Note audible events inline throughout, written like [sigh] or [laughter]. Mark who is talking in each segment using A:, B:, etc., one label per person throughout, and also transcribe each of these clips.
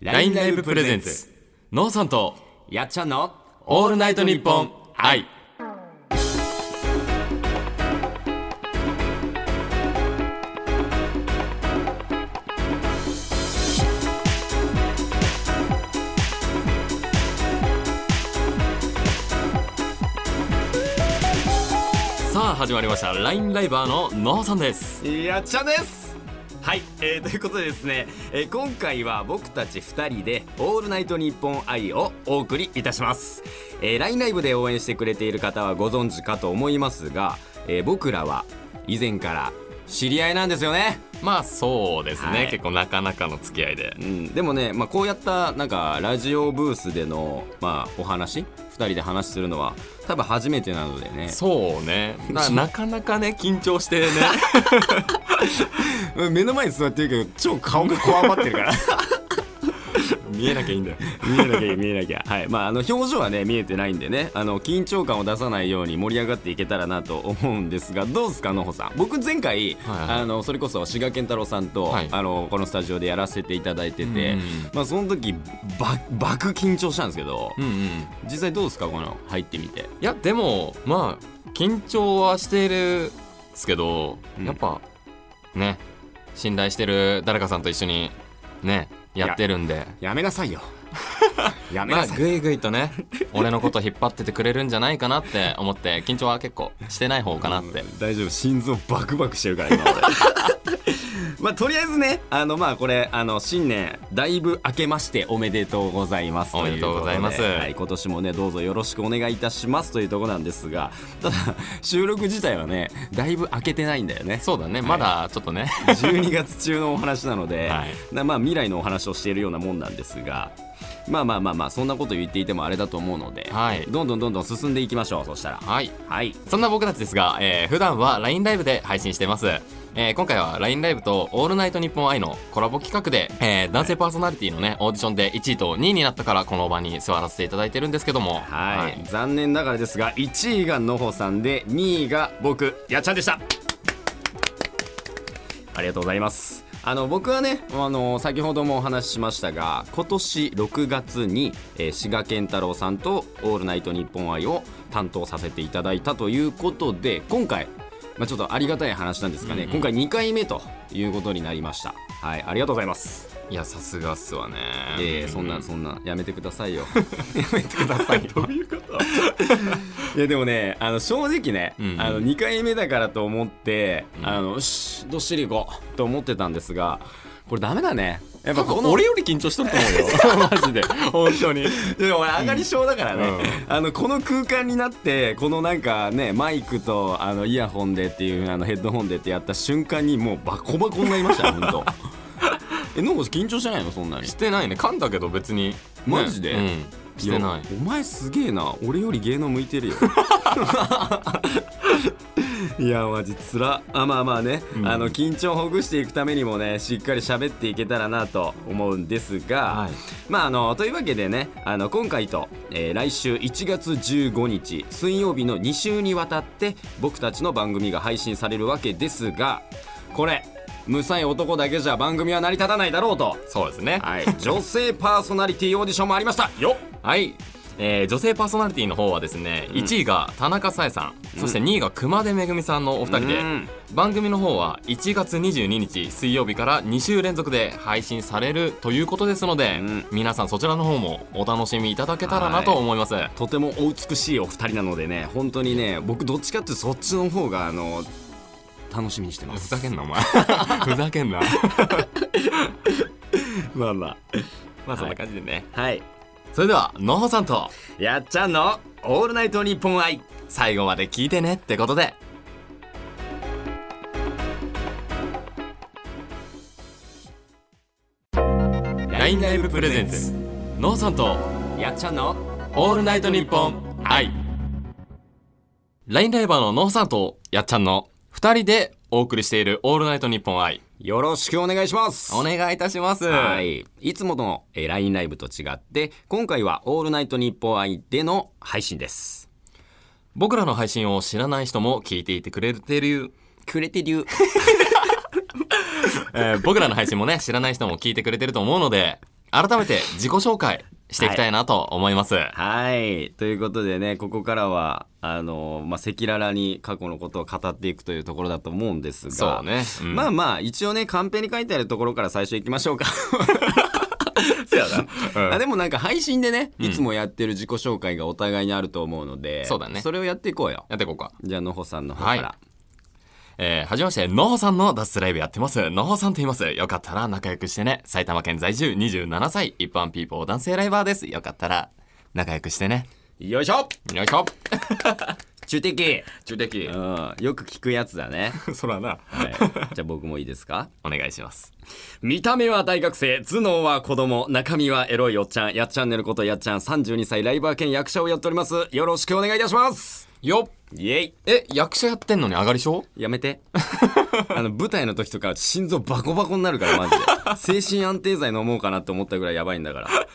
A: ラインライブプレゼンツノーさんと
B: やっちゃんの
A: オールナイトニッポン愛さあ始まりましたラインライバーのノーさんです
B: やっちゃんですはい、えー、ということでですね、えー、今回は僕たち2人で「オールナイトニッポン愛」をお送りいたします、えー、LINE ライブで応援してくれている方はご存知かと思いますが、えー、僕らは以前から知り合いなんですよね
A: まあそうですね、
B: はい
A: 結構なかなかの付き合いで
B: うん、でもね、まあ、こうやったなんかラジオブースでの、まあ、お話2人で話するのは多分初めてなのでね
A: そうねななかなかね緊張 [laughs] してね
B: 目の前に座ってるけど超顔がこわばってるから
A: 見えなきゃいいんだよ
B: 見えなきゃ見えなきゃはいまああの表情はね見えてないんでねあの緊張感を出さないように盛り上がっていけたらなと思うんですがどうですかのほさん僕前回、
A: はいはい
B: あのそれこそ志賀健太郎さんと、
A: はい
B: あのこのスタジオでやらせていただいてて
A: うん
B: まあその時ば爆緊張したんですけど、
A: うんうん
B: 実際どうですかこの入ってみて
A: いやでもまあ緊張はしているですけど、
B: うん
A: やっぱね信頼してる誰かさんと一緒にねやってるんで
B: やめなさい
A: [laughs]
B: よやめ
A: ま
B: な
A: あ
B: さい、
A: ぐいぐい
B: [laughs]
A: とね俺のこと引っ張っててくれるんじゃないかなって思って緊張は結構してない方かなって
B: 大丈夫心臓バクバクしてるから今俺 [laughs] まあとりあえずねあのまあこれあの新年だいぶ明けましておめでとうございます
A: おめでとうございます
B: とうことではい、今年もねどうぞよろしくお願いいたしますというところなんですがただ収録自体はねだいぶ明けてないんだよね
A: そうだねまだちょっとね、
B: 12月中のお話なので、
A: はい
B: なまあ、未来のお話をしているようなもんなんですがまあまあまあまあそんなこと言っていてもあれだと思うので、
A: はい
B: どんどんどんどん進んでいきましょうそしたら
A: はい
B: はい
A: そんな僕たちですが、えー普段は LINE ライブで配信しています。えー今回は LINE ライブと「オールナイトニッポン愛」のコラボ企画で、えー男性パーソナリティのねオーディションで1位と2位になったからこの場に座らせていただいてるんですけども
B: はい、残念ながらですが1位がのほさんで2位が僕やっちゃんでしたありがとうございますあの僕はねあの先ほどもお話ししましたが今年6月に、えー、志賀健太郎さんと「オールナイトニッポン愛」を担当させていただいたということで今回、まあ、ちょっとありがたい話なんですがね、今回2回目ということになりましたはいありがとうございます
A: いやさすがっすわね
B: ええそんなそんなやめてくださいよやめてくださいよどういうこといやでもねあの正直ね、
A: うんうん
B: あの2回目だからと思って、
A: ん
B: あのよしどっしりいこうと思ってたんですがこれダメだねやっぱ
A: 多
B: こ
A: 分
B: の
A: 俺より緊張しとると思う [laughs] よマジで本当に
B: でも俺上がり症だからね、
A: う
B: あのこの空間になってこのなんかねマイクとあのイヤホンでっていうあのヘッドホンでってやった瞬間にもうバコバコになりましたよ本当えノーゴス緊張してないのそんなに
A: してないね噛んだけど別に、ね
B: マジで
A: うんしてない
B: やお前すげえな俺より芸能向いて
A: [laughs]
B: るよいやマジつらあまあまあね、
A: うん
B: あの緊張をほぐしていくためにもねしっかり喋っていけたらなと思うんですが、
A: はい
B: まああのというわけでねあの今回と、えー来週1月15日水曜日の2週にわたって僕たちの番組が配信されるわけですがこれ無才男だけじゃ番組は成り立たないだろう
A: [laughs]
B: と、
A: そうですね
B: はい、女性パーソナリティオーディションもありましたよっ
A: はい、えー女性パーソナリティの方はですね、1位が田中紗恵さんそして2位が熊手めぐみさんのお二人で、
B: うん
A: 番組の方は1月22日水曜日から2週連続で配信されるということですので、
B: うん
A: 皆さんそちらの方もお楽しみいただけたらなと思います、
B: とてもお美しいお二人なのでね本当にね僕どっちかっていうとそっちの方があの楽しみにしてま
A: ふ
B: す
A: ざけんなお前 [laughs] ふざけんな
B: まあまあ
A: まあそんな感じでね
B: はい
A: それではのほさんと
B: やっちゃんの「オールナイトニッポン愛
A: 最後まで聞いてねってことで」
B: ラ
A: LINE ライブプレゼンツのほさんと
B: やっちゃんの
A: オールナイトニッポン愛ラインライバーののほさんとやっちゃんの2人でお送りしているオールナイトニッポン愛
B: よろしくお願いします
A: お願いいたします
B: はい、いつものえー LINE ライブと違って今回は「オールナイトニッポン愛」での配信です
A: 僕らの配信を知らない人も聞いていてくれてる、
B: くれてりゅう
A: えー僕らの配信もね知らない人も聞いてくれてると思うので改めて自己紹介していきたいなと思います。
B: はい。ということでね、ここからは、あの、まあ、赤裸々に過去のことを語っていくというところだと思うんですが。
A: そうね。うん
B: まあまあ、一応ね、カンペに書いてあるところから最初行きましょ
A: [laughs]
B: うか。そうや
A: うん
B: なあでもなんか配信でね、いつもやってる自己紹介がお互いにあると思うので、
A: そうだね
B: それをやっていこうよ。
A: やっていこうか。
B: じゃあ、のほさんの方から。
A: はえー、はじめまして、のほさんの脱出ライブやってます。のほさんと言います。よかったら仲良くしてね。埼玉県在住27歳、一般ピーポー男性ライバーです。よかったら仲良くしてね。
B: よいしょ
A: よいしょ
B: 中的
A: 中的
B: うん、よく聞くやつだね。
A: [laughs] そらな。 [laughs]
B: はい、じゃあ僕もいいですか
A: お願いします。
B: 見た目は大学生、頭脳は子供、中身はエロいおっちゃん、やっちゃんねることやっちゃん、32歳ライバー兼役者をやっております。よろしくお願いいたします。
A: よっ
B: イエイ
A: え、役者やってんのに上がり症
B: やめて。 [laughs] あの、舞台の時とか心臓バコバコになるから、マジ
A: [laughs]
B: で。精神安定剤飲もうかなって思ったぐらいやばいんだから。はい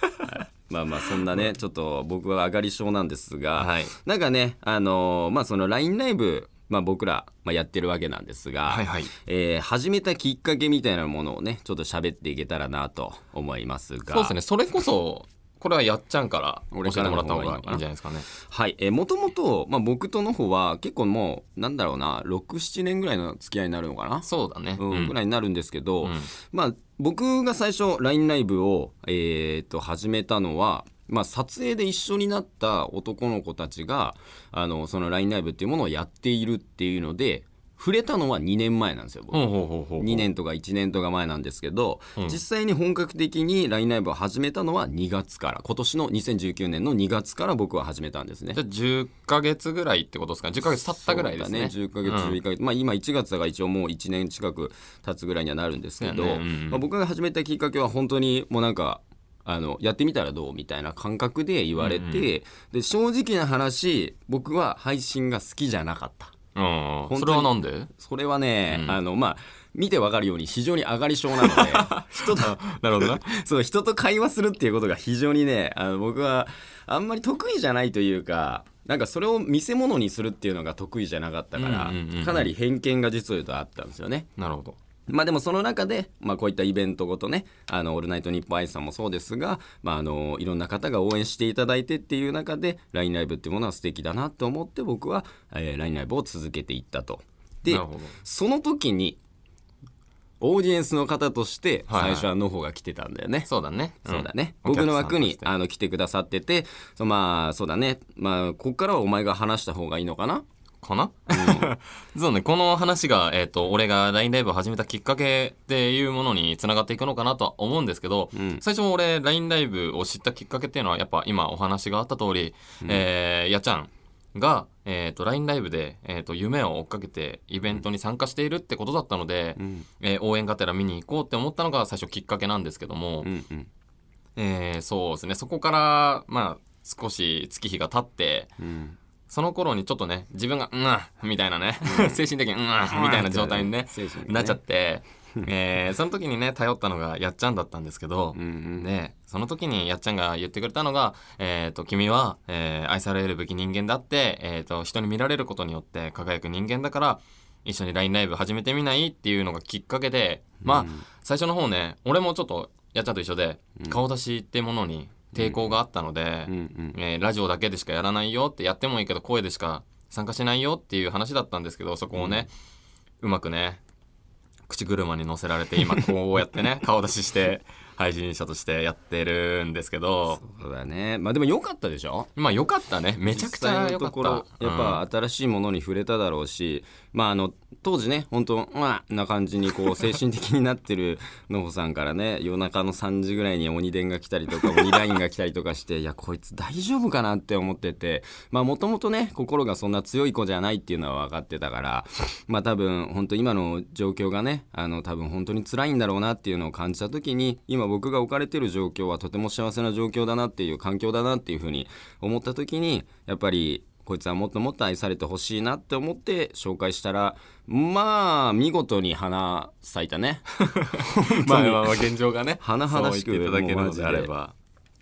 B: まあまあ、そんなね、ちょっと僕は上がり症なんですが、
A: はい
B: なんかね、あのーまあその LINE ライブ、まあ僕ら、まあ、やってるわけなんですが、
A: はいはい
B: えー始めたきっかけみたいなものをね、ちょっと喋っていけたらなと思いますが。
A: そうですね。それこそ、これはやっちゃんから教えてもらった方がいいんじゃないですかね。
B: はい、えー、もともと、まあ、僕との方は結構もうなんだろうな67年ぐらいの付き合いになるのかな、
A: そうだね。
B: うんぐらいになるんですけど、
A: ん
B: まあ、僕が最初 LINE ライブを、えー、と始めたのは、まあ、撮影で一緒になった男の子たちがあのその LINE ライブっていうものをやっているっていうので触れたのは2年前なんですよ僕。
A: ほうほうほうほう。
B: 2年とか1年とか前なんですけど、実際に本格的に LINE ライブを始めたのは2月から今年の2019年の2月から僕は始めたんですね
A: じゃあ10ヶ月ぐらいってことですかね10ヶ月経ったぐらいですね
B: そうだね10ヶ月11ヶ月、まあ今1月だから一応もう1年近く経つぐらいにはなるんですけど、
A: そうやねうんうん
B: まあ、僕が始めたきっかけは本当にもうなんかあのやってみたらどうみたいな感覚で言われて、で正直な話僕は配信が好きじゃなかった
A: うん
B: 当に
A: それはなんで
B: それはね、あのまあ見てわかるように非常に上がり症なの
A: [laughs]
B: で人と
A: なるほどな
B: [laughs] そう人と会話するっていうことが非常にねあの僕はあんまり得意じゃないというかなんかそれを見せ物にするっていうのが得意じゃなかったから、
A: うんうんうんうん
B: かなり偏見が実を言うとあったんですよね。
A: なるほど
B: まあでもその中で、まあ、こういったイベントごとね「あのオールナイトニッポンアイ」さんもそうですが、まあ、あのいろんな方が応援していただいてっていう中で LINE ライブっていうものは素敵だなと思って僕は、えー LINE ライブを続けていったと。で
A: なるほど
B: その時にオーディエンスの方として
A: はいはい
B: 最初はの方が来てたんだよね。
A: そうだね
B: そうだね、
A: うん
B: 僕の
A: お客さ
B: 枠
A: んと
B: に
A: して
B: あの来てくださっててそうまあそうだねまあここからはお前が話した方がいいのかな
A: かな [laughs]
B: [laughs]
A: そうねこの話がえっと俺が LINE ライブを始めたきっかけっていうものにつながっていくのかなとは思うんですけど
B: ん
A: 最初俺 LINE ライブを知ったきっかけっていうのはやっぱ今お話があった通りえーやっちゃんが、えー、と LINE ライブで、えー、と夢を追っかけてイベントに参加しているってことだったので、
B: ん
A: えー応援がてら見に行こうって思ったのが最初きっかけなんですけども、
B: うんうん
A: えーそうですねそこからまあ少し月日が経って
B: うん
A: その頃にちょっとね自分が「うんあ」みたいなね [laughs] 精神的に「うんあ」みたいな状態にね
B: 精神的にね
A: なっちゃって、えーその時にね頼ったのがやっちゃんだったんですけど、
B: うんうん
A: でその時にやっちゃんが言ってくれたのが「えー、と君は、えー愛されるべき人間だって、えー、と人に見られることによって輝く人間だから一緒に LINE ライブ始めてみない?」っていうのがきっかけでまあ、最初の方ね俺もちょっとやっちゃんと一緒で、顔出しってものに抵抗があったので、
B: うんうん
A: えーラジオだけでしかやらないよってやってもいいけど声でしか参加しないよっていう話だったんですけどそこをね、うまくね口車に乗せられて今こう
B: [laughs]
A: やってね顔出しして配信者としてやってるんですけど
B: そうだねまあでも良かったでしょ
A: まあよかったねめちゃくちゃ
B: 実際の
A: よか
B: と
A: っ
B: ころ
A: た
B: やっぱ新しいものに触れただろうし、まああの当時ね本当うわな感じにこう精神的になってるのほさんからね [laughs] 夜中の3時ぐらいに鬼電が来たりとか鬼ラインが来たりとかしていやこいつ大丈夫かなって思っててまあもともとね心がそんな強い子じゃないっていうのは分かってたからまあ多分本当今の状況がねあの多分本当に辛いんだろうなっていうのを感じた時に今僕が置かれてる状況はとても幸せな状況だなっていう環境だなっていうふうに思った時にやっぱりこいつはもっともっと愛されてほしいなって思って紹介したらまあ見事に花咲いたね [laughs]
A: まあまあまあ現状がね
B: 甚だしく
A: そう言っていただけるのであれ
B: もう
A: ば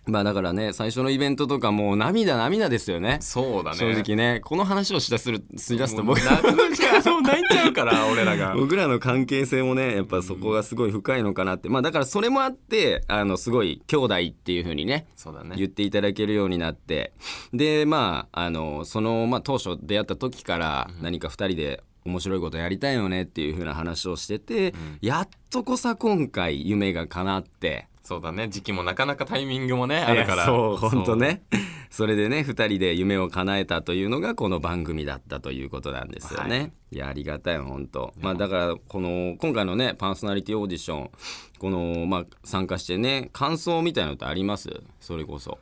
B: まあだからね最初のイベントとかもう涙涙ですよね
A: そうだね
B: 正直ねこの話をしだするしだすと
A: もう
B: 僕
A: 泣
B: [laughs]
A: くそう泣いちゃうから俺らが
B: 僕らの関係性もねやっぱそこがすごい深いのかなってまあだからそれもあってあのすごい兄弟っていう風にね
A: [laughs] そうだ
B: 言
A: ね
B: っていただけるようになってでまああのその、まあ、当初出会った時から何か2人で面白いことやりたいよねっていう風な話をしてて、やっとこさ今回夢が叶って
A: そうだね時期もなかなかタイミングもねあるから
B: いやそう本当ねそれでね2人で夢を叶えたというのがこの番組だったということなんですよね、、
A: はい
B: やありがたい本当まあだからこの今回のねパーソナリティオーディションこのまあ参加してね感想みたいなのってありますそれこそ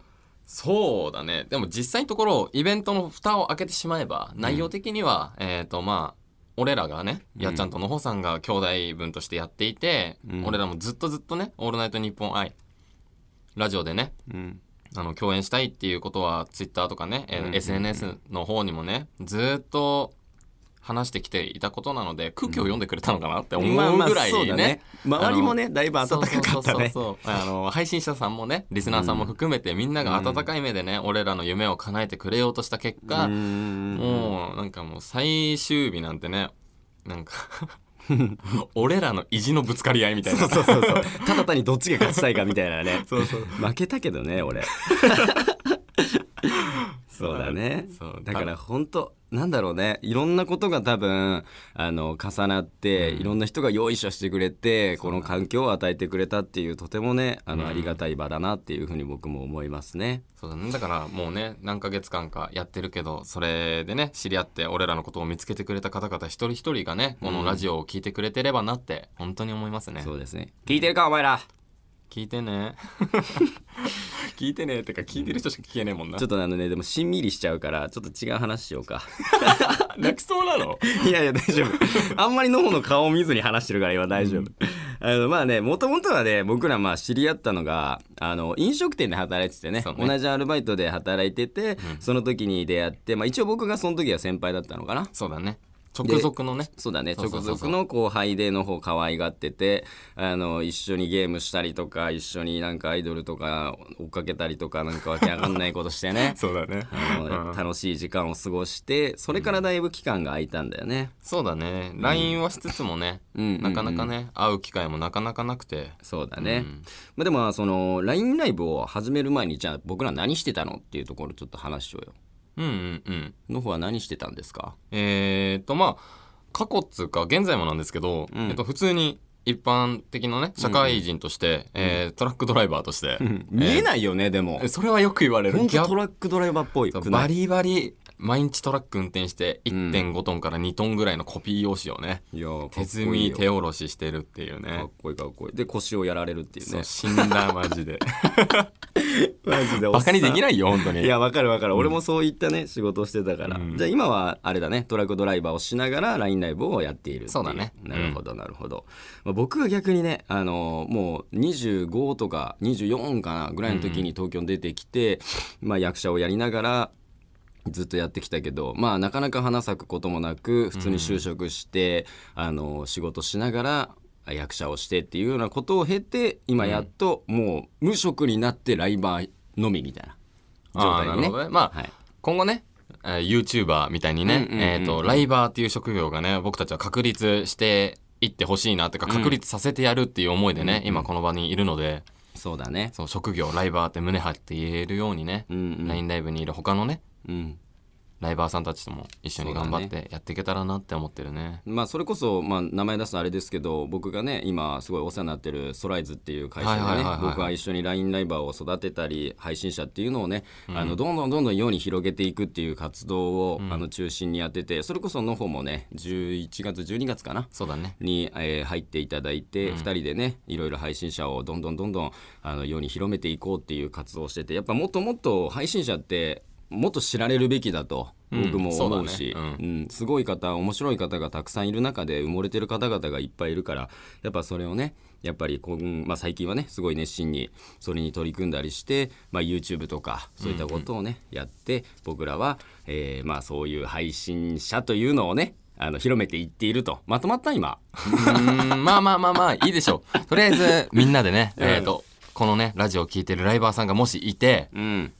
A: そうだねでも実際のところイベントの蓋を開けてしまえば内容的には、えっ、とまあ俺らがね、やっちゃんとのほさんが兄弟分としてやっていて、
B: うん
A: 俺らもずっとずっとね「オールナイトニッポン愛」ラジオでね
B: うん
A: あの共演したいっていうことはツイッターとかね、えー
B: うんうん
A: SNS の方にもねずっと話してきていたことなので空気を読んでくれたのかなって思うぐらいね,、
B: まあまあそうだね周りもねだいぶ温かか
A: そ
B: っ
A: う
B: た
A: そうそう
B: ね
A: そうあの配信者さんもねリスナーさんも含めて、みんなが温かい目でね俺らの夢を叶えてくれようとした結果、
B: うーん
A: もうなんかもう最終日なんてねなん
B: [laughs]
A: か俺らの意地のぶつかり合いみたいな
B: そうそうそうそうただ単にどっちが勝ちたいかみたいなね負けたけどね
A: [laughs]
B: 俺そうだね
A: そう
B: だから本当なんだろうねいろんなことが多分あの重なって、いろんな人が用意書してくれてこの環境を与えてくれたっていうとてもねあのありがたい場だなっていうふうに僕も思いますね。
A: そうだね。だからもうね、何ヶ月間かやってるけど、それでね、知り合って俺らのことを見つけてくれた方々一人一人がね、このラジオを聞いてくれてればなって、本当に思いますね。
B: そうですね聞いてるかお前ら
A: 聞い
B: [laughs]
A: てね。聞いてね。てか、聞いてる人しか聞けねえもんな
B: ちょっとあのねでもしんみりしちゃうからちょっと違う話しようか
A: [laughs] 泣きそうなの
B: [laughs] いやいや大丈夫あんまりのほの顔を見ずに話してるから今大丈夫、あのまあねもともとはね僕らまあ知り合ったのがあの飲食店で働いててね
A: そうね
B: 同じアルバイトで働いてて、その時に出会って、まあ、一応僕がその時は先輩だったのかな
A: そうだね。直属のね。
B: そうだね
A: そうそうそう
B: 直
A: そ
B: 属
A: う
B: の後輩での方可愛がっててあの一緒にゲームしたりとか一緒になんかアイドルとか追っかけたりとかなんかわけわかんないことしてね
A: [laughs] そうだね。
B: あの楽しい時間を過ごしてそれからだいぶ期間が空いたんだよね。
A: そうだね。LINE はしつつもね、
B: うん
A: なかなかね、会う機会もなかなかなくて。
B: そうだね、まあ、でもその LINE ライブを始める前にじゃあ僕ら何してたのっていうところちょっと話しようよ。
A: うんうんうん。
B: の方は何してたんですか
A: えー、っとまあ過去っつうか現在もなんですけど、えっと、普通に一般的なね社会人として、えートラックドライバーとして、
B: 見えないよねでも
A: えそれはよく言われる
B: 本
A: ギャ
B: 当
A: ッ
B: トラックドライバーっぽい
A: プ
B: くな
A: バ
B: い
A: リバリ毎日トラック運転して1.5トンから2トンぐらいのコピー用紙をね、
B: いやーか
A: 手
B: っ
A: 積
B: こいい
A: み
B: よ
A: 手下ろししてるっていう
B: か
A: ね
B: っこいいかっこいいで腰をやられるっていう
A: そ
B: ね
A: う死んだマジで
B: [laughs] マジで
A: バカにでき
B: い
A: ないよ本当に
B: いやわかるわかる、俺もそういったね仕事をしてたから、じゃあ今はあれだねトラックドライバーをしながら LINE ライブをやっているってい
A: そうだね
B: なるほどなるほど、まあ、僕は逆にね、あのーもう25とか24かなぐらいの時に東京に出てきて、まあ、役者をやりながらずっとやってきたけど、まあ、なかなか花咲くこともなく普通に就職して、あの仕事しながら役者をしてっていうようなことを経て今やっともう無職になってライバーのみみたいな状
A: あー
B: 態
A: な
B: に
A: る
B: ね
A: ほどねまあ、
B: はい
A: 今後ねえー YouTuber みたいにね、
B: うんうんうん
A: えっ、と、ライバーっていう職業がね、僕たちは確立していってほしいなっていうか、確立させてやるっていう思いでね、今この場にいるので、
B: そうだね
A: その職業、ライバーって胸張って言えるようにね、
B: うんうん
A: LINE、ライブにいる他のね、
B: うん
A: ライバーさんたちとも一緒に頑張ってやっていけたらなって思ってるね。
B: まあそれこそ、まあ、名前出すのあれですけど僕がね今すごいお世話になってるソライズっていう会社でね、
A: はいはいはいはい
B: 僕は一緒に LINE ライバーを育てたり配信者っていうのをね、あのどんどんどんどん世に広げていくっていう活動を、あの中心にやっててそれこその方もね11月12月かな
A: そうだ [laughs] ね。
B: に、えー入っていただいて、2人でねいろいろ配信者をどんどんどんどんあの世に広めていこうっていう活動をしててやっぱもっともっと配信者ってもっと知られるべきだと
A: ん
B: 僕も思うし、
A: そうだね
B: うんすごい方面白い方がたくさんいる中で埋もれてる方々がいっぱいいるからやっぱそれをねやっぱりこう、うんまあ、最近はねすごい熱心にそれに取り組んだりして、まあ、YouTube とかそういったことをね、やって僕らは、えーまあ、そういう配信者というのをねあの広めていっているとまとまった今
A: うーん、まあまあまあまあ、いいでしょう。とりあえず、みんなでね、えっ、と、このね、ラジオを聞いてるライバーさんがもしいて、
B: うん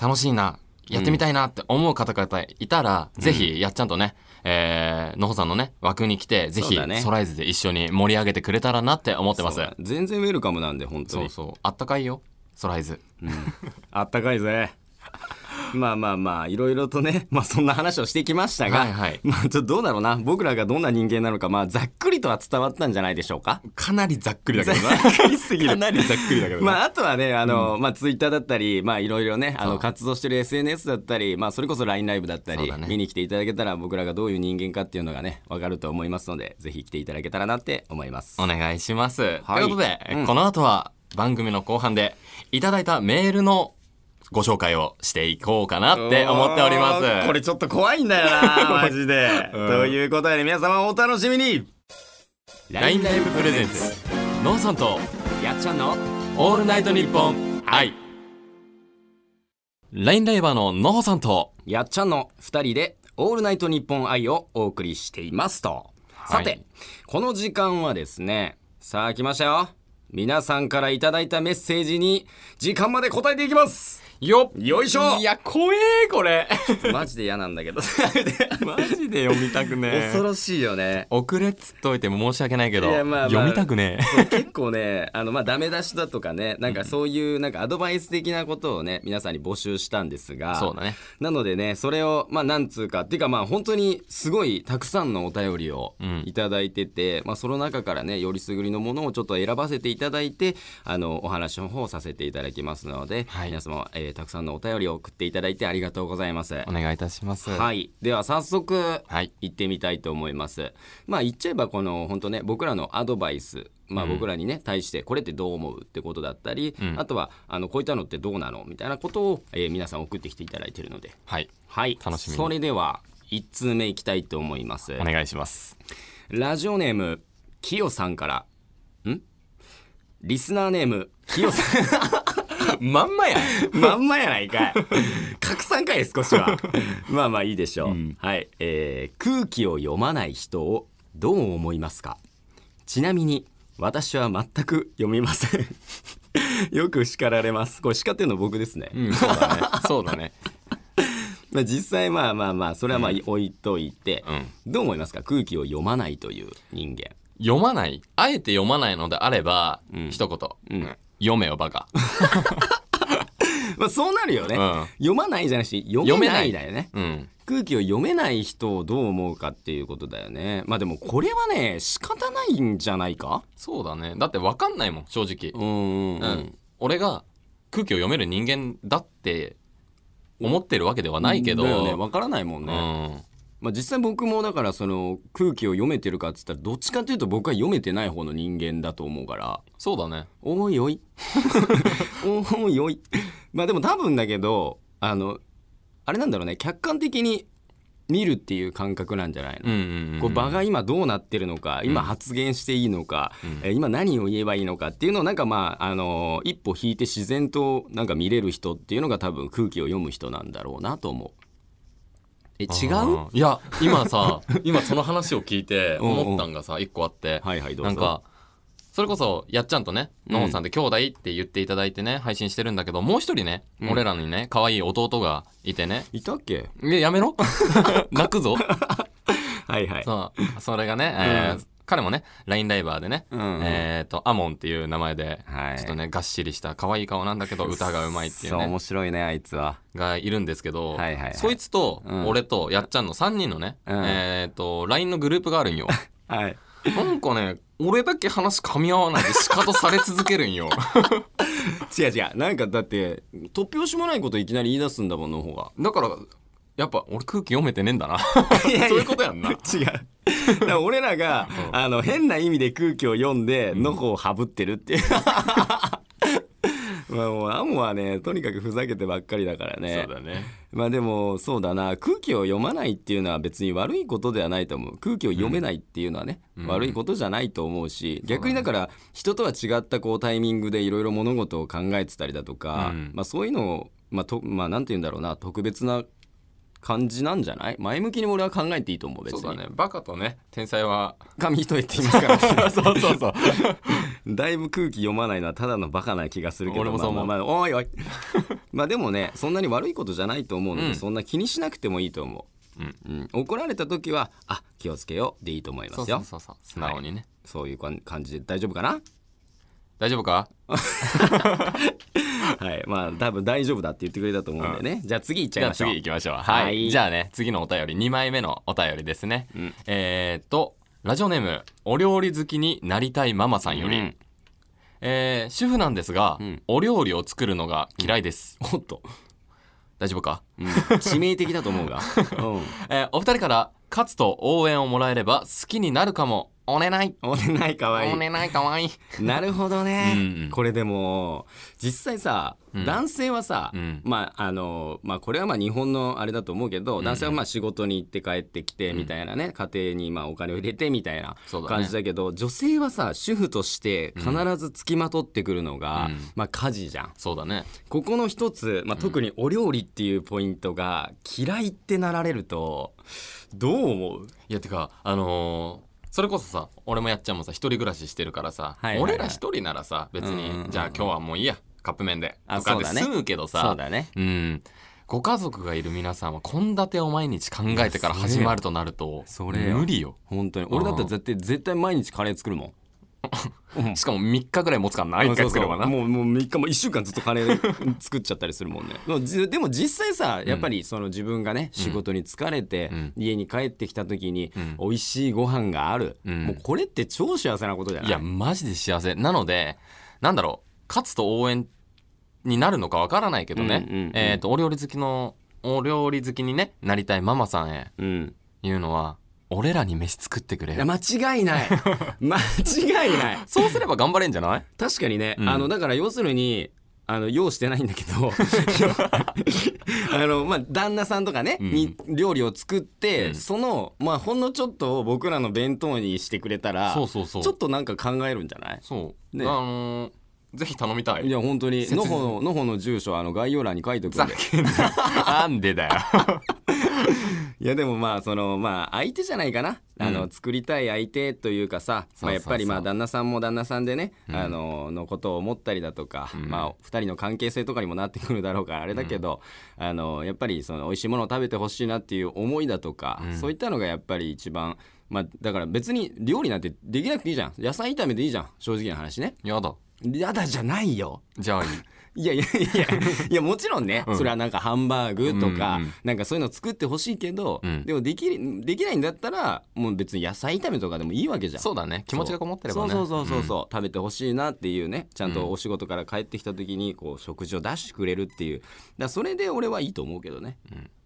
A: 楽しいな、やってみたいなって思う方々いたら、ぜひ、やっちゃんとね、えー、のほさんのね、枠に来て、ぜ
B: そう
A: ひ、
B: だね
A: ソライズで一緒に盛り上げてくれたらなって思ってます。
B: そう全然ウェルカムなんで本当
A: そう
B: に
A: そう。あったかいよ、ソライズ。
B: あったかいぜ [laughs] まあまあまあいろいろとね、まあ、そんな話をしてきましたが、
A: はいはい
B: まあちょっとどうだろうな僕らがどんな人間なのかまあざっくりとは伝わったんじゃないでしょうか
A: かなりざっくりだけど
B: ざっくりすぎる
A: な。かなりざっくりだけ
B: [laughs]
A: ど
B: まあ、あとはね、あの、まあ、ツイッターだったり、まあ、いろいろね、あ
A: そ
B: の、
A: う
B: 活動してる SNS だったり、まあ、それこそ LINE ライブだった
A: そう
B: り、
A: だね
B: 見に来ていただけたら、僕らがどういう人間かっていうのがね、わかると思いますので、ぜひ来ていただけたらなって思います。
A: お願いします。
B: はい
A: ということで、
B: うん
A: この後は番組の後半でいただいたメールのご紹介をしていこうかなって思っておりま
B: うーん
A: す。
B: これちょっと怖いんだよ
A: [laughs]
B: な、マジで。
A: うん
B: ということで、皆様お楽しみに
A: LINE ライブプレゼンツ、ノーさんと
B: やっちゃんの
A: オールナイトニッポン愛。LINE ライバーののほさんと、
B: やっちゃんの2人で「オールナイトニッポン愛」をお送りしていますと、
A: は
B: さ
A: い
B: てこの時間はですねさあ来ましたよ皆さんからいただいたメッセージに時間まで答えていきます
A: よっ
B: よいしょ
A: いや、怖え、これ。
B: マジで嫌なんだけど
A: [laughs]
B: [laughs]
A: マジで読みたくね
B: 恐ろしいよね
A: 遅れっつっといても申し訳ないけど、
B: いやまあまあ
A: 読みたくねえ。
B: そう [laughs] 結構ねあのまあダメ出しだとかねなんかそういうなんかアドバイス的なことをね皆さんに募集したんですが
A: そうだね
B: なのでねそれをまあ何通かっていうかまあ本当にすごいたくさんのお便りを
A: うん
B: いただいてて、まあその中からねよりすぐりのものをちょっと選ばせていただいてあのお話の方をさせていただきますので、
A: はい
B: 皆様、えーたくさんのお便りを送っていただいてありがとうございます。
A: お願いいたします。
B: はい、では早速
A: はい。
B: 行ってみたいと思います。まあ言っちゃえばこの本当ね僕らのアドバイス、まあ、
A: うん
B: 僕らにね、対してこれってどう思うってことだったり、
A: うん
B: あとはあのこういったのってどうなのみたいなことを、えー皆さん送ってきていただいているので、
A: はい。
B: はい、
A: 楽しみに
B: それでは1通目いきたいと思います。
A: お願いします。
B: ラジオネームきよさんからんリスナーネームきよさん
A: [laughs] まんまや
B: まんまやない
A: [laughs]
B: かい拡散かい少しはまあまあいいでしょう、
A: うん
B: はい、えー空気を読まない人をどう思いますかちなみに私は全く読みません [laughs] よく叱られますこれ叱ってるの僕ですね、
A: うん、そうだね。そうだね。
B: まあ、実際まあまあまあそれはまあ置いといて、どう思いますか空気を読まないという人間
A: 読まないあえて読まないのであれば、一言、
B: うん
A: 読めよバカ。
B: まあ、そうなるよね、
A: うん
B: 読まないじゃなくて読
A: 読
B: め
A: め
B: な
A: ないい
B: だよね
A: うん。
B: 空気を読めない人をどう思うかっていうことだよねまあでもこれはね仕方ないんじゃないか
A: そうだね。だって分かんないもん、正
B: う
A: 直。
B: んうんう
A: うんん。俺が空気を読める人間だって思ってるわけではないけど。
B: だよねわからないもん
A: う
B: ね、
A: ん。
B: まあ、実際僕もだからその空気を読めてるかっつったらどっちかっていうと僕は読めてない方の人間だと思うから
A: そうだね。
B: おいおい [laughs] おいおいまあでも多分だけどあのあれなんだろうね客観的に見るっていう感覚なんじゃないの、
A: うんうん、うん。
B: こう場が今どうなってるのか、今発言していいのか、えー今何を言えばいいのかっていうのをなんかまあ、あのー一歩引いて自然となんか見れる人っていうのが多分空気を読む人なんだろうなと思う。え違う
A: あーいや、今さ、 [laughs] 今その話を聞いて思ったんがさ、一個あって。
B: はいはいどうぞ。
A: なんか、それこそ、やっちゃんとね、のほさんって兄弟って言っていただいてね、配信してるんだけど、もう一人ね、
B: うん
A: 俺らにね、可愛い弟がいてね、
B: いたっけ
A: いやや
B: [laughs]
A: めろ泣くぞ
B: はいはい。
A: そう、それがね、えー
B: うん
A: 彼もね、ラインライバーでね、
B: うんうん
A: えっ、と、アモンっていう名前で、
B: はい
A: ちょっとね、がっしりした可愛い顔なんだけ
B: [laughs]
A: ど、歌がうまいっていう
B: そう
A: ね
B: 面、白いねあいつは。
A: がいるんですけ
B: は
A: ど、
B: いはいはい
A: そいつと
B: うん、
A: 俺とやっちゃんの3人のね、
B: うん
A: えっ、と、LINE のグループがある
B: [laughs]
A: んよ。
B: はい。
A: なんかね、俺だけ話噛み合わないで仕方され続ける
B: [laughs]
A: んよ。
B: 違う違う。なんかだって突拍子もないこといきなり言い出すんだもんの方が。
A: だから、やっぱ俺空気読めてねえんだ
B: [laughs]
A: な。そう
B: やいや
A: いうことやんな。
B: 違う。だから俺らが、あの変な意味で空気を読んで、のほをはぶってる
A: [laughs]
B: っていう。まあもうアモはねとにかくふざけてばっかりだからね
A: ね。
B: まあでもそうだな空気を読まないっていうのは別に悪いことではないと思う空気を読めないっていうのはね、
A: うん
B: 悪いことじゃないと思うし、逆にだから人とは違ったこうタイミングでいろいろ物事を考えてたりだとか、
A: うん
B: まあ、そういうのを、まあ、とまあなんて言うんだろうな特別な感じなんじゃない前向きに俺は考えていいと思う別
A: [laughs] そ
B: に
A: うだねバカとね天才は
B: 紙一重って言いますからね
A: [laughs]
B: [laughs]
A: そうそうそう
B: だいぶ空気読まないのはただのバカな気がするけど
A: 俺もそう思う
B: まあまあまあお
A: [laughs]
B: いおいまあでもねそんなに悪いことじゃないと思うので、
A: うん
B: そんな気にしなくてもいいと思う、
A: うん
B: 怒られた時はあ気をつけようでいいと思います
A: そ
B: よ
A: う
B: そう
A: そうそうそう素直にね、
B: いうかん感じで大丈夫か
A: [laughs]
B: な
A: 大丈夫か
B: はいまあ多分大丈夫だって言ってくれたと思うんでね、じゃあ次いっち
A: じ
B: ゃい
A: ゃあ
B: ましょう
A: 次行きましょうはい、
B: はい
A: じゃあね次のお便り2枚目のお便りですね、
B: ん
A: えーっとラジオネームお料理好きになりたいママさんより、
B: うん
A: えー主婦なんですが、
B: ん
A: お料理を作るのが嫌いです、 [laughs] おっと大丈夫か、
B: うん致命的だと
A: [laughs]
B: 思うが、うん、
A: えーお二人から勝つと応援をもらえれば好きになるかもお願い
B: おねないかわいい
A: お願いかわいい
B: [laughs] なるほどね、
A: うんうん
B: これでも実際さ、
A: うん
B: 男性はさ、
A: うん
B: まああのまあ、これはまあ日本のあれだと思うけど、男性はまあ仕事に行って帰ってきてみたいなね、家庭にまあお金を入れてみたいな
A: そうだね
B: 感じだけど女性はさ主婦として必ずつきまとってくるのが、
A: うん
B: まあ、家事じゃん。
A: そうだね
B: ここの一つ、まあ、特にお料理っていうポイントが嫌いってなられるとどう思う
A: いやてかあのーそれこそさ俺もやっちゃんもさ一人暮らししてるからさ、
B: はいはいはい
A: 俺ら一人ならさ別に、
B: うんうんうん
A: じゃあ今日はもういいやカップ麺で
B: あ
A: とか
B: そう
A: で
B: だね
A: 済むけどさ、
B: だね
A: うんご家族がいる皆さんは献立を毎日考えてから始まるとなると
B: それよ
A: 無理よ
B: 本当に俺だったら絶対絶対毎日カレー作るもん
A: しかも3日ぐらい持つからな1回作ればな
B: そうそうもうもう3日も1週間ずっとカレ
A: [laughs]
B: ー作っちゃったりするもんねでもじでも実際さやっぱりその自分がね、仕事に疲れて、
A: うん
B: 家に帰ってきた時に、
A: ん
B: 美味しいご飯がある、
A: うん
B: もうこれって超幸せなことじゃない
A: いや、マジで幸せ。なので、なんだろう、勝つと応援になるのかわからないけどね、
B: うんうんうん
A: えっ、と、お料理好きの、お料理好きにね、なりたいママさんへ
B: うん、
A: 言うのは、俺らに飯作ってくれ
B: いや。間違いない
A: [laughs]
B: 間違いない
A: そうすれば頑張れんじゃない
B: 確かにね、
A: うん
B: あのだから要するにあの用してないんだけ
A: [laughs]
B: どあの、まあ、旦那さんとかね、
A: うん
B: に料理を作って、
A: うん
B: その、まあ、ほんのちょっとを僕らの弁当にしてくれたら
A: [laughs] そうそうそう。
B: ちょっとなんか考えるんじゃない
A: そう。
B: ね
A: あのーぜひ頼みた
B: い
A: い。
B: や本当に
A: 切実
B: のほののほの住所あの概要欄に書いておくんで
A: [laughs] なんで [laughs] だよ。
B: いやでもまあそのまあ相手じゃないかな、あ
A: う
B: の作りたい相手というかさ、
A: そうそうそう
B: まあ、やっぱりまあ旦那さんも旦那さんでね、
A: うん
B: あののことを思ったりだとか、
A: ん
B: まあ2人の関係性とかにもなってくるだろうからあれだけど、あのやっぱりその美味しいものを食べてほしいなっていう思いだとか、
A: うん
B: そういったのがやっぱり一番まあだから別に料理なんてできなくていいじゃん野菜炒めでいいじゃん正直な話ね
A: やだ。
B: やだじゃないよ
A: じゃあいい。
B: いやいやいやいやもちろんね、
A: うん
B: それはなんかハンバーグとか、
A: うんうん
B: なんかそういうの作ってほしいけど、
A: うん
B: でもできるできないんだったらもう別に野菜炒めとかでもいいわけじゃん。
A: そうだね。気持ちがこもってればね。
B: そうそうそうそう
A: うん
B: そう、食べてほしいなっていうねちゃん
A: うん
B: とお仕事から帰ってきた時にこう食事を出してくれるっていうだからそれで俺はいいと思うけどね、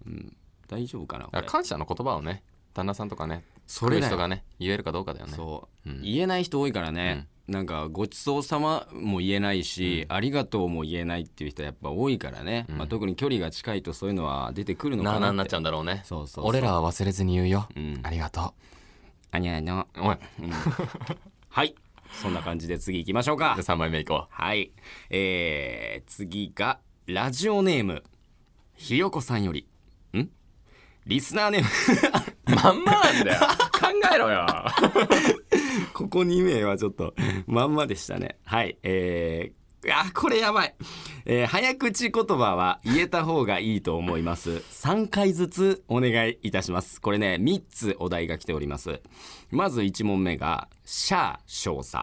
B: うん大丈夫かなこ
A: だ
B: れ
A: から感謝の言葉をね、旦那さんとかね、
B: そ
A: 来
B: れ
A: る
B: だ
A: 人
B: よ
A: がね、言えるかどうかだよね。
B: そう、
A: うん
B: 言えない人多いからね、なんかごちそうさまも言えないし、ありがとうも言えないっていう人やっぱ多いからね、
A: うん
B: まあ、特に距離が近いとそういうのは出てくるの
A: な
B: か
A: あ
B: なっ
A: なあ
B: て
A: になっちゃうんだろうね。
B: そうそうそう
A: 俺らは忘れずに言うよ、
B: うん
A: ありがと
B: あにゃの
A: うおい
B: はいそんな感じで次行きましょうか
A: 3枚目いこ
B: はいえー、次がラジオネームひよこさんよりんリスナーネーム
A: うまんまなんだよ考えろよ
B: [laughs] ここ2名はちょっとまんまでしたねはいえーあこれやばい、えー早口言葉は言えた方がいいと思います3回ずつお願いいたしますこれね3つお題が来ておりますまず1問目が「シャー少佐」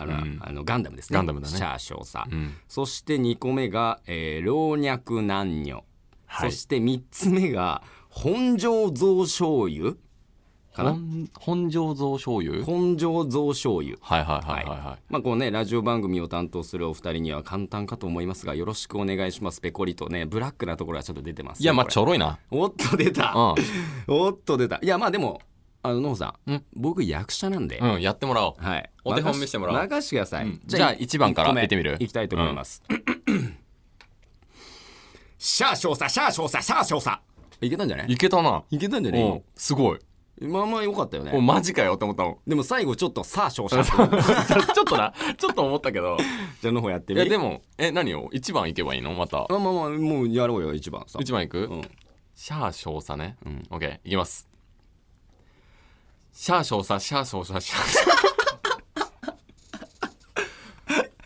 B: あの、
A: うん
B: あのガンダムですね
A: ガンダムだね
B: シャー少佐、
A: うん
B: そして2個目が、えー老若男女、
A: はい
B: そして3つ目が本醸造醤油かな
A: 本本醸造醤油
B: 本醸造醤油
A: はいはいはいはいはい
B: まあこうねラジオ番組を担当するお二人には簡単かと思いますがよろしくお願いしますペコリとねブラックなところはちょっと出てます
A: いやまあ
B: これ
A: ちょろいな
B: おっと出た、
A: う
B: おっと出たいやまあでもあのノホさん、
A: うん
B: 僕役者なんで、
A: ん、うん、やってもらおう
B: はい
A: お手本見せてもらおう
B: 任任してください、
A: うんじゃあ一番から
B: 一個目
A: 行ってみる
B: いきたいと思います、シャー少佐シャー少佐シャー少佐いけたんじゃない
A: いけたない
B: けたんじゃな
A: う
B: い
A: んすごい
B: まあまあよかったよ
A: お
B: ね
A: マジかよって思ったもん
B: でも最後ちょっとさあ少佐じ
A: [laughs] ちょっとなちょっと思ったけど
B: ゃあの方やって
A: い
B: み
A: やで
B: も
A: もえ何よ一番いけばいいのまた
B: まあまあまあもうやろうよ一番さ
A: 一番いく、
B: うん
A: シャー少佐ね。
B: うん
A: オッケー、いきます。シャー少佐、シャー少佐、シャ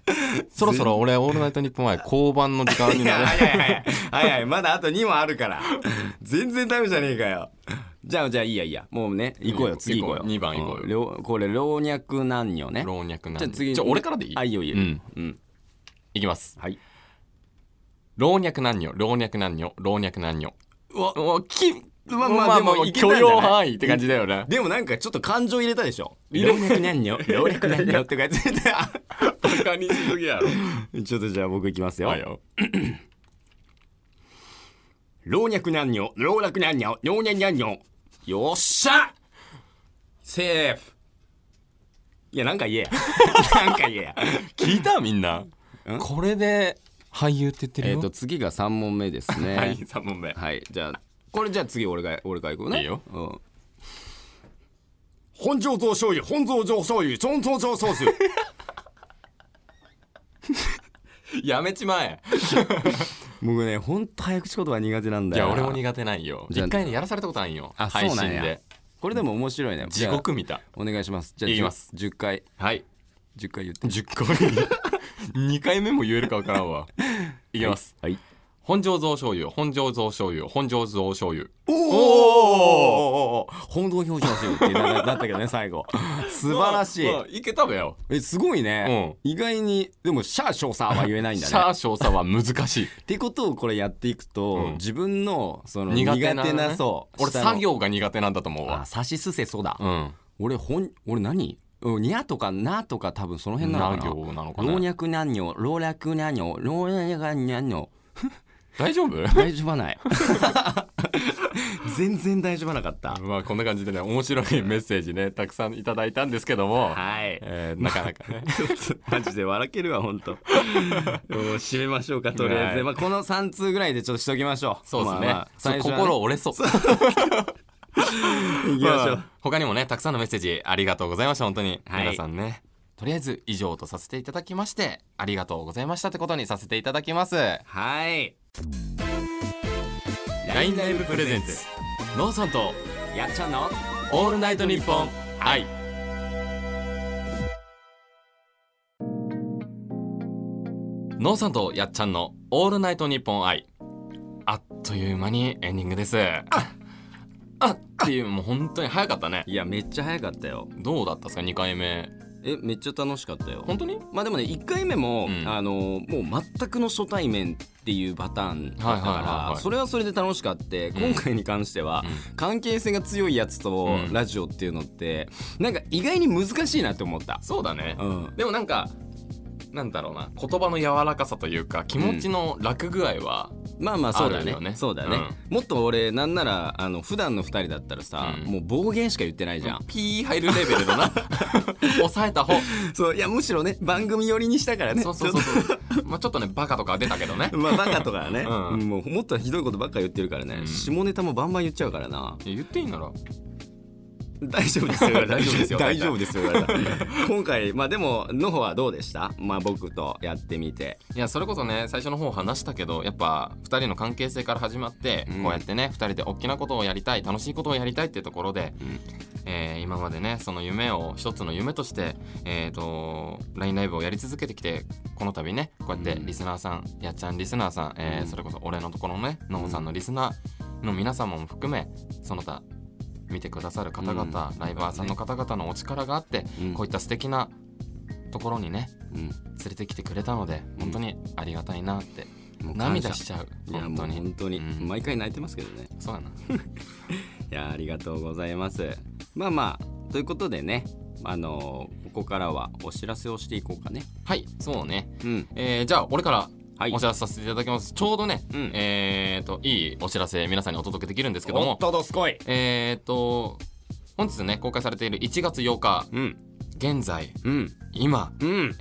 A: ー。 [laughs] そろそろ俺、オールナイトニッポン前、交番の時間に
B: いや
A: な [laughs]
B: [laughs]
A: る。
B: 早い早い早い早いまだあと2問あるから全然ダメじゃねえかよじゃあじゃあいいやいいやもうね行こうよ次行こうよ
A: 行こう二番行こうよ
B: ん両これ老若男女ね
A: 老若男女。
B: じゃあ次
A: ちょ、俺からでいい
B: あいいよいいよ、
A: うん
B: うん、
A: いきます。
B: はい
A: 老若男女、老若男女、老若男女。うわ、もう、き、
B: まあまあでも
A: もう
B: いけたん
A: 許
B: じゃない
A: 容範囲って感じだよね。
B: でもなんかちょっと感情入れたでしょ老若男
A: [laughs]
B: 女老若男女って感じで
A: バカにしすぎやろ。
B: [laughs] ちょっとじゃあ僕行きますよ、
A: はいよ。
B: 老若男女老若男女老若男女よっしゃセーフいやなんか言えや [laughs] なんか言えや
A: 聞いたみんな。これで、俳優って言ってる
B: え
A: よ。
B: っと次が3問目ですね
A: はい、3問目。
B: はい、じゃあ、これじゃあ次俺が、俺が行くね。
A: いいよ
B: うん。本醸造醤油、本醸造醤油、本醸造ソース。
A: やめちまえ。
B: [laughs] 僕ね、ほんと早口言葉苦手なん
A: い
B: だよ。
A: や、俺も苦手なんよ。
B: じゃあ
A: 一回ね、やらされたことないんよ。
B: あ、
A: 配
B: そうな
A: 信
B: んや
A: で。。
B: これでも面白いね。
A: 地獄見
B: じ
A: た。
B: ゃあ。お願いします。じゃあ、
A: いきます
B: 10回、
A: はい。
B: 10回言って。
A: 10回。2回目も言えるかわからんわ。いきます。
B: はい。
A: 本醸造醤油、本醸造醤油、本醸造醤油。
B: おお本当表情醤油ってなななったけどね、最
A: [laughs]
B: 後。素晴らしい
A: ま。あまあいけたべよ。
B: え、すごいね。意外に、でも、シャーショーサーは言えないんだね。
A: シャー少佐は難しい。
B: ってことをこれやっていくと、
A: うん
B: 自分のその苦
A: 苦
B: 手
A: 手な
B: な,、
A: ね
B: そう
A: 俺、
B: 下の
A: 作業が苦手なんだと思う
B: あ
A: わ。
B: 差しすせそだ、
A: うん。
B: 俺ほん俺何うんにゃとかなとか多分その辺なの
A: な
B: かな
A: 行なのか
B: 老
A: な。
B: 若男女老若男女老若男女
A: 大丈夫
B: 大丈夫
A: [laughs]
B: ない [laughs] 全然大丈夫なかった
A: まあ、こんな感じでね、面白いメッセージね、たくさんいただいたんですけど
B: は
A: も、
B: い
A: [laughs] えーなかな
B: [laughs]
A: かね。
B: マジで笑けるわ本
A: [laughs]
B: 当。もう締めましょうかとりあえず、
A: はい
B: まあこの三通ぐらいでちょっとしときましょう
A: そうですね。
B: まあまあ
A: ちょっ
B: 最初
A: と
B: はね
A: 心折れそう。
B: 行きましょう、
A: うん他にもねたくさんのメッセージありがとうございました本当に、
B: はい
A: 皆さんねとりあえず以上とさせていただきましてありがとうございましたってことにさせていただきます
B: はい
A: ラインライブプレゼンツノーさんと
B: やっちゃんの
A: オールナイトニッポン愛ノーさんとやっちゃんのオールナイトニッポン愛あっという間にエンディングですあっっていうもう本当に早かったね
B: いやめっちゃ早かったよ
A: どうだったですか2回目
B: えめっちゃ楽しかったよ
A: 本当に
B: まあでもね1回目も、
A: うん
B: あのもう全くの初対面っていうパターンだったから、
A: はいはいはいはい
B: それはそれで楽しかって、今回に関しては、関係性が強いやつと
A: うん
B: ラジオっていうのって、なんか意外に難しいなって思った、
A: そうだね
B: うん、
A: でもなんかなんだろうな言葉の柔らかさというか気持ちの楽具合は、
B: まあまあそうだ
A: ある
B: ね
A: よね
B: そうだね、もっと俺なんならあの普段の2人だったらさ、
A: うん
B: もう暴言しか言ってないじゃん、
A: ピー入るレベルだ [laughs] な抑えた方
B: そういやむしろね番組寄りにしたからね
A: そうそうそうそうまあちょっとねバカとかは出たけどね
B: [laughs] まあバカとかね、
A: うん
B: もうもっとひどいことばっか言ってるからね、
A: うん
B: 下ネタもバンバン言っちゃうからな
A: 言っていいなら
B: 大丈夫ですよ
A: 大丈夫です
B: [laughs]
A: よ
B: 大丈夫ですよ言われた今回まあでものほはどうでしたまあ僕とやってみて
A: いやそれこそね最初の方話したけどやっぱ2人の関係性から始まって、
B: うん
A: こうやってね2人で大きなことをやりたい楽しいことをやりたいっていうところで、
B: うん
A: えー今までねその夢を一つの夢として、えー、と LINE ライブをやり続けてきてこの度ねこうやって
B: うん
A: リスナーさん、やっちゃんリスナーさん、え
B: う
A: ー
B: ん
A: それこそ俺のところのねのほさんのリスナーの皆様も含めその他見てくださる方々、
B: うん
A: ライバーさんの方々のお力があって、
B: うん
A: こういった素敵なところにね
B: うん
A: 連れてきてくれたので
B: ん
A: 本当にありがたいなって、
B: もう感謝
A: 涙しちゃう
B: いや
A: 本当
B: もう本
A: に
B: 当に、
A: うん
B: 毎回泣いてますけどね
A: そうやない
B: やありがとうございますまあまあということでねあのーここからはお知らせをしていこうかね
A: はいそうね、
B: うん
A: えーじゃあ俺から
B: はい
A: お知らせさせていただきます、ちょうどね、
B: うん
A: えー、といいお知らせ皆さんにお届けできるんですけど
B: おっ
A: も
B: とどすこい
A: えー、と本日ね公開されている1月8日
B: うん
A: 現在
B: うん
A: 今
B: うん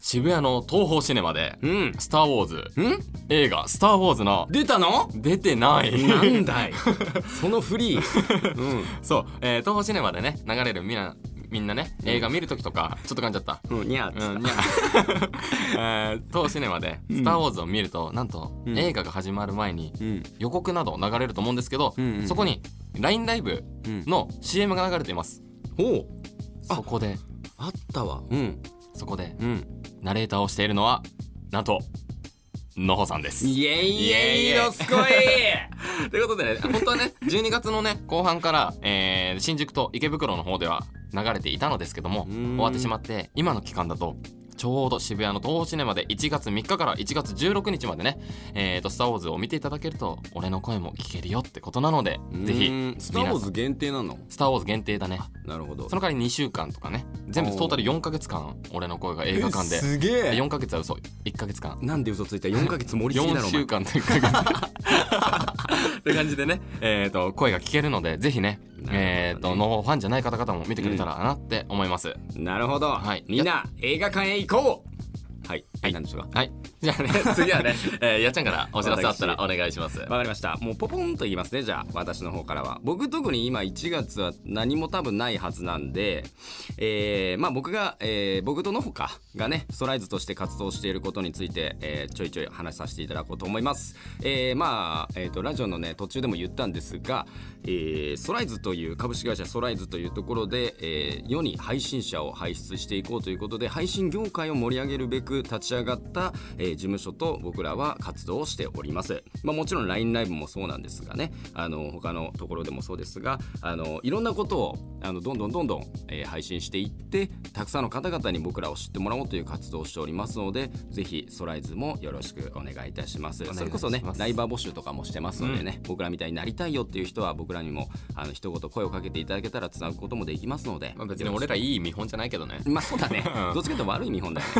A: 渋谷の東宝シネマで
B: うん
A: 「スター・ウォーズ
B: うん」
A: 映画「スター・ウォーズ」の
B: 出たの
A: 出てない [laughs]
B: なんだい [laughs] そのフリー、うん、 [laughs]
A: そう、えー東宝シネマでね流れるみなみんなね映画見る時とかちょっと噛んじゃった
B: うん、にゃーっつった、
A: うん、いやえー当シネマで「スター・ウォーズ」を見ると、なんと、
B: うん
A: 映画が始まる前に
B: うん
A: 予告など流れると思うんですけど、
B: うんうんうん
A: そこに LINE ライブ
B: うん
A: の CM が流れています
B: ほうあ
A: そこで
B: あったわうん
A: そこで
B: うん
A: ナレーターをしているのはなんとのほさんです
B: イエイイエイどすこい
A: ということでね本当はね12月 [laughs] のね後半から、えー新宿と池袋の方では流れていたのですけども
B: うーん
A: 終わってしまって今の期間だとちょうど渋谷の東宝シネマで1月3日から1月16日までね「えー、とスター・ウォーズ」を見ていただけると俺の声も聞けるよってことなので [laughs] ぜひ
B: うんスター・ウォーズ限定なの
A: スター・ウォーズ限定だね
B: なるほど
A: その代わり2週間とかね全部
B: おー
A: トータル4ヶ月間俺の声が映画館
B: え
A: です
B: げえ
A: 4ヶ月は嘘1ヶ月間
B: なんで嘘ついた4ヶ月盛りすぎだ
A: 4
B: ろお前
A: 週間と1ヶ月って感じ
B: [laughs]
A: でねえー、と声が聞けるのでぜひね
B: なるほどね
A: えー、とのファンじゃない方々も見てくれたらなって思います、
B: なるほど、
A: はい
B: みんな映画館へ行こうはい、はい、なんでしょうか
A: はいじゃあね [laughs] 次はね、えーやっちゃんからお知らせあったらお願いします
B: わかりましたもうポポンと言いますねじゃあ私の方からは僕特に今1月は何も多分ないはずなんで、えーまあ僕が、えー僕とのほかがねストライズとして活動していることについて、えーちょいちょい話させていただこうと思います、えーまあ、えー、とラジオのね途中でも言ったんですが、えーストライズという株式会社ストライズというところで、えー世に配信者を輩出していこうということで配信業界を盛り上げるべく立ち上がった、えー事務所と僕らは活動をしております、まあ、もちろん LINE ライブもそうなんですがねあの他のところでもそうですがあのいろんなことをあのどんどんどんどん、えー配信していってたくさんの方々に僕らを知ってもらおうという活動をしておりますのでぜひストライズもよろしくお願いいたします
A: 願いします
B: それこそねライバー募集とかもしてますのでね、僕らみたいになりたいよっていう人は僕らにもあの一言声をかけていただけたらつなぐこともできますので、
A: まあ、別に俺らいい見本じゃないけどね
B: まあそうだね
A: うん。
B: どっちかというと悪い見本
A: [laughs]
B: だよね。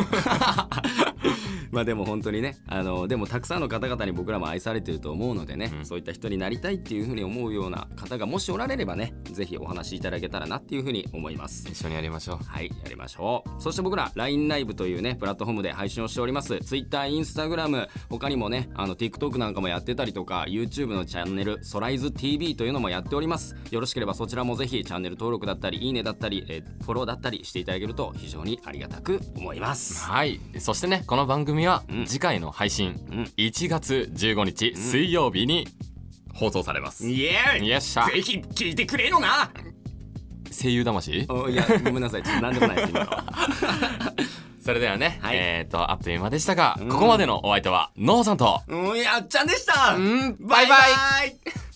B: まあでも本当にね、あのでもたくさんの方々に僕らも愛されてると思うのでね、
A: うん
B: そういった人になりたいっていうふうに思うような方がもしおられればね、ぜひお話しいただけたらなっていうふうに思います。
A: 一緒にやりましょう
B: はい、やりましょう。そして僕ら LINE ライブというね、プラットフォームで配信をしております。Twitter、Instagram、他にもね、あの TikTok なんかもやってたりとか、YouTube のチャンネル、ソライズ TV というのもやっております。よろしければそちらもぜひチャンネル登録だったり、いいねだったり、えーフォローだったりしていただけると非常にありがたく思います。
A: はいそしてねこの番組は
B: うん
A: 次回の配信、
B: うん
A: 1月15日水曜日に放送されます、
B: イエーイ
A: よっしゃ
B: ぜひ聞いてくれよな
A: 声優魂
B: おいや、ごめんなさい。ちょっと何でもないです、 [laughs] 今のは。
A: それではね、
B: はい
A: えっ、とあっという間でしたが、
B: うん
A: ここまでのお相手はのうさんと
B: うん、やっちゃんでした
A: ん
B: バイバイ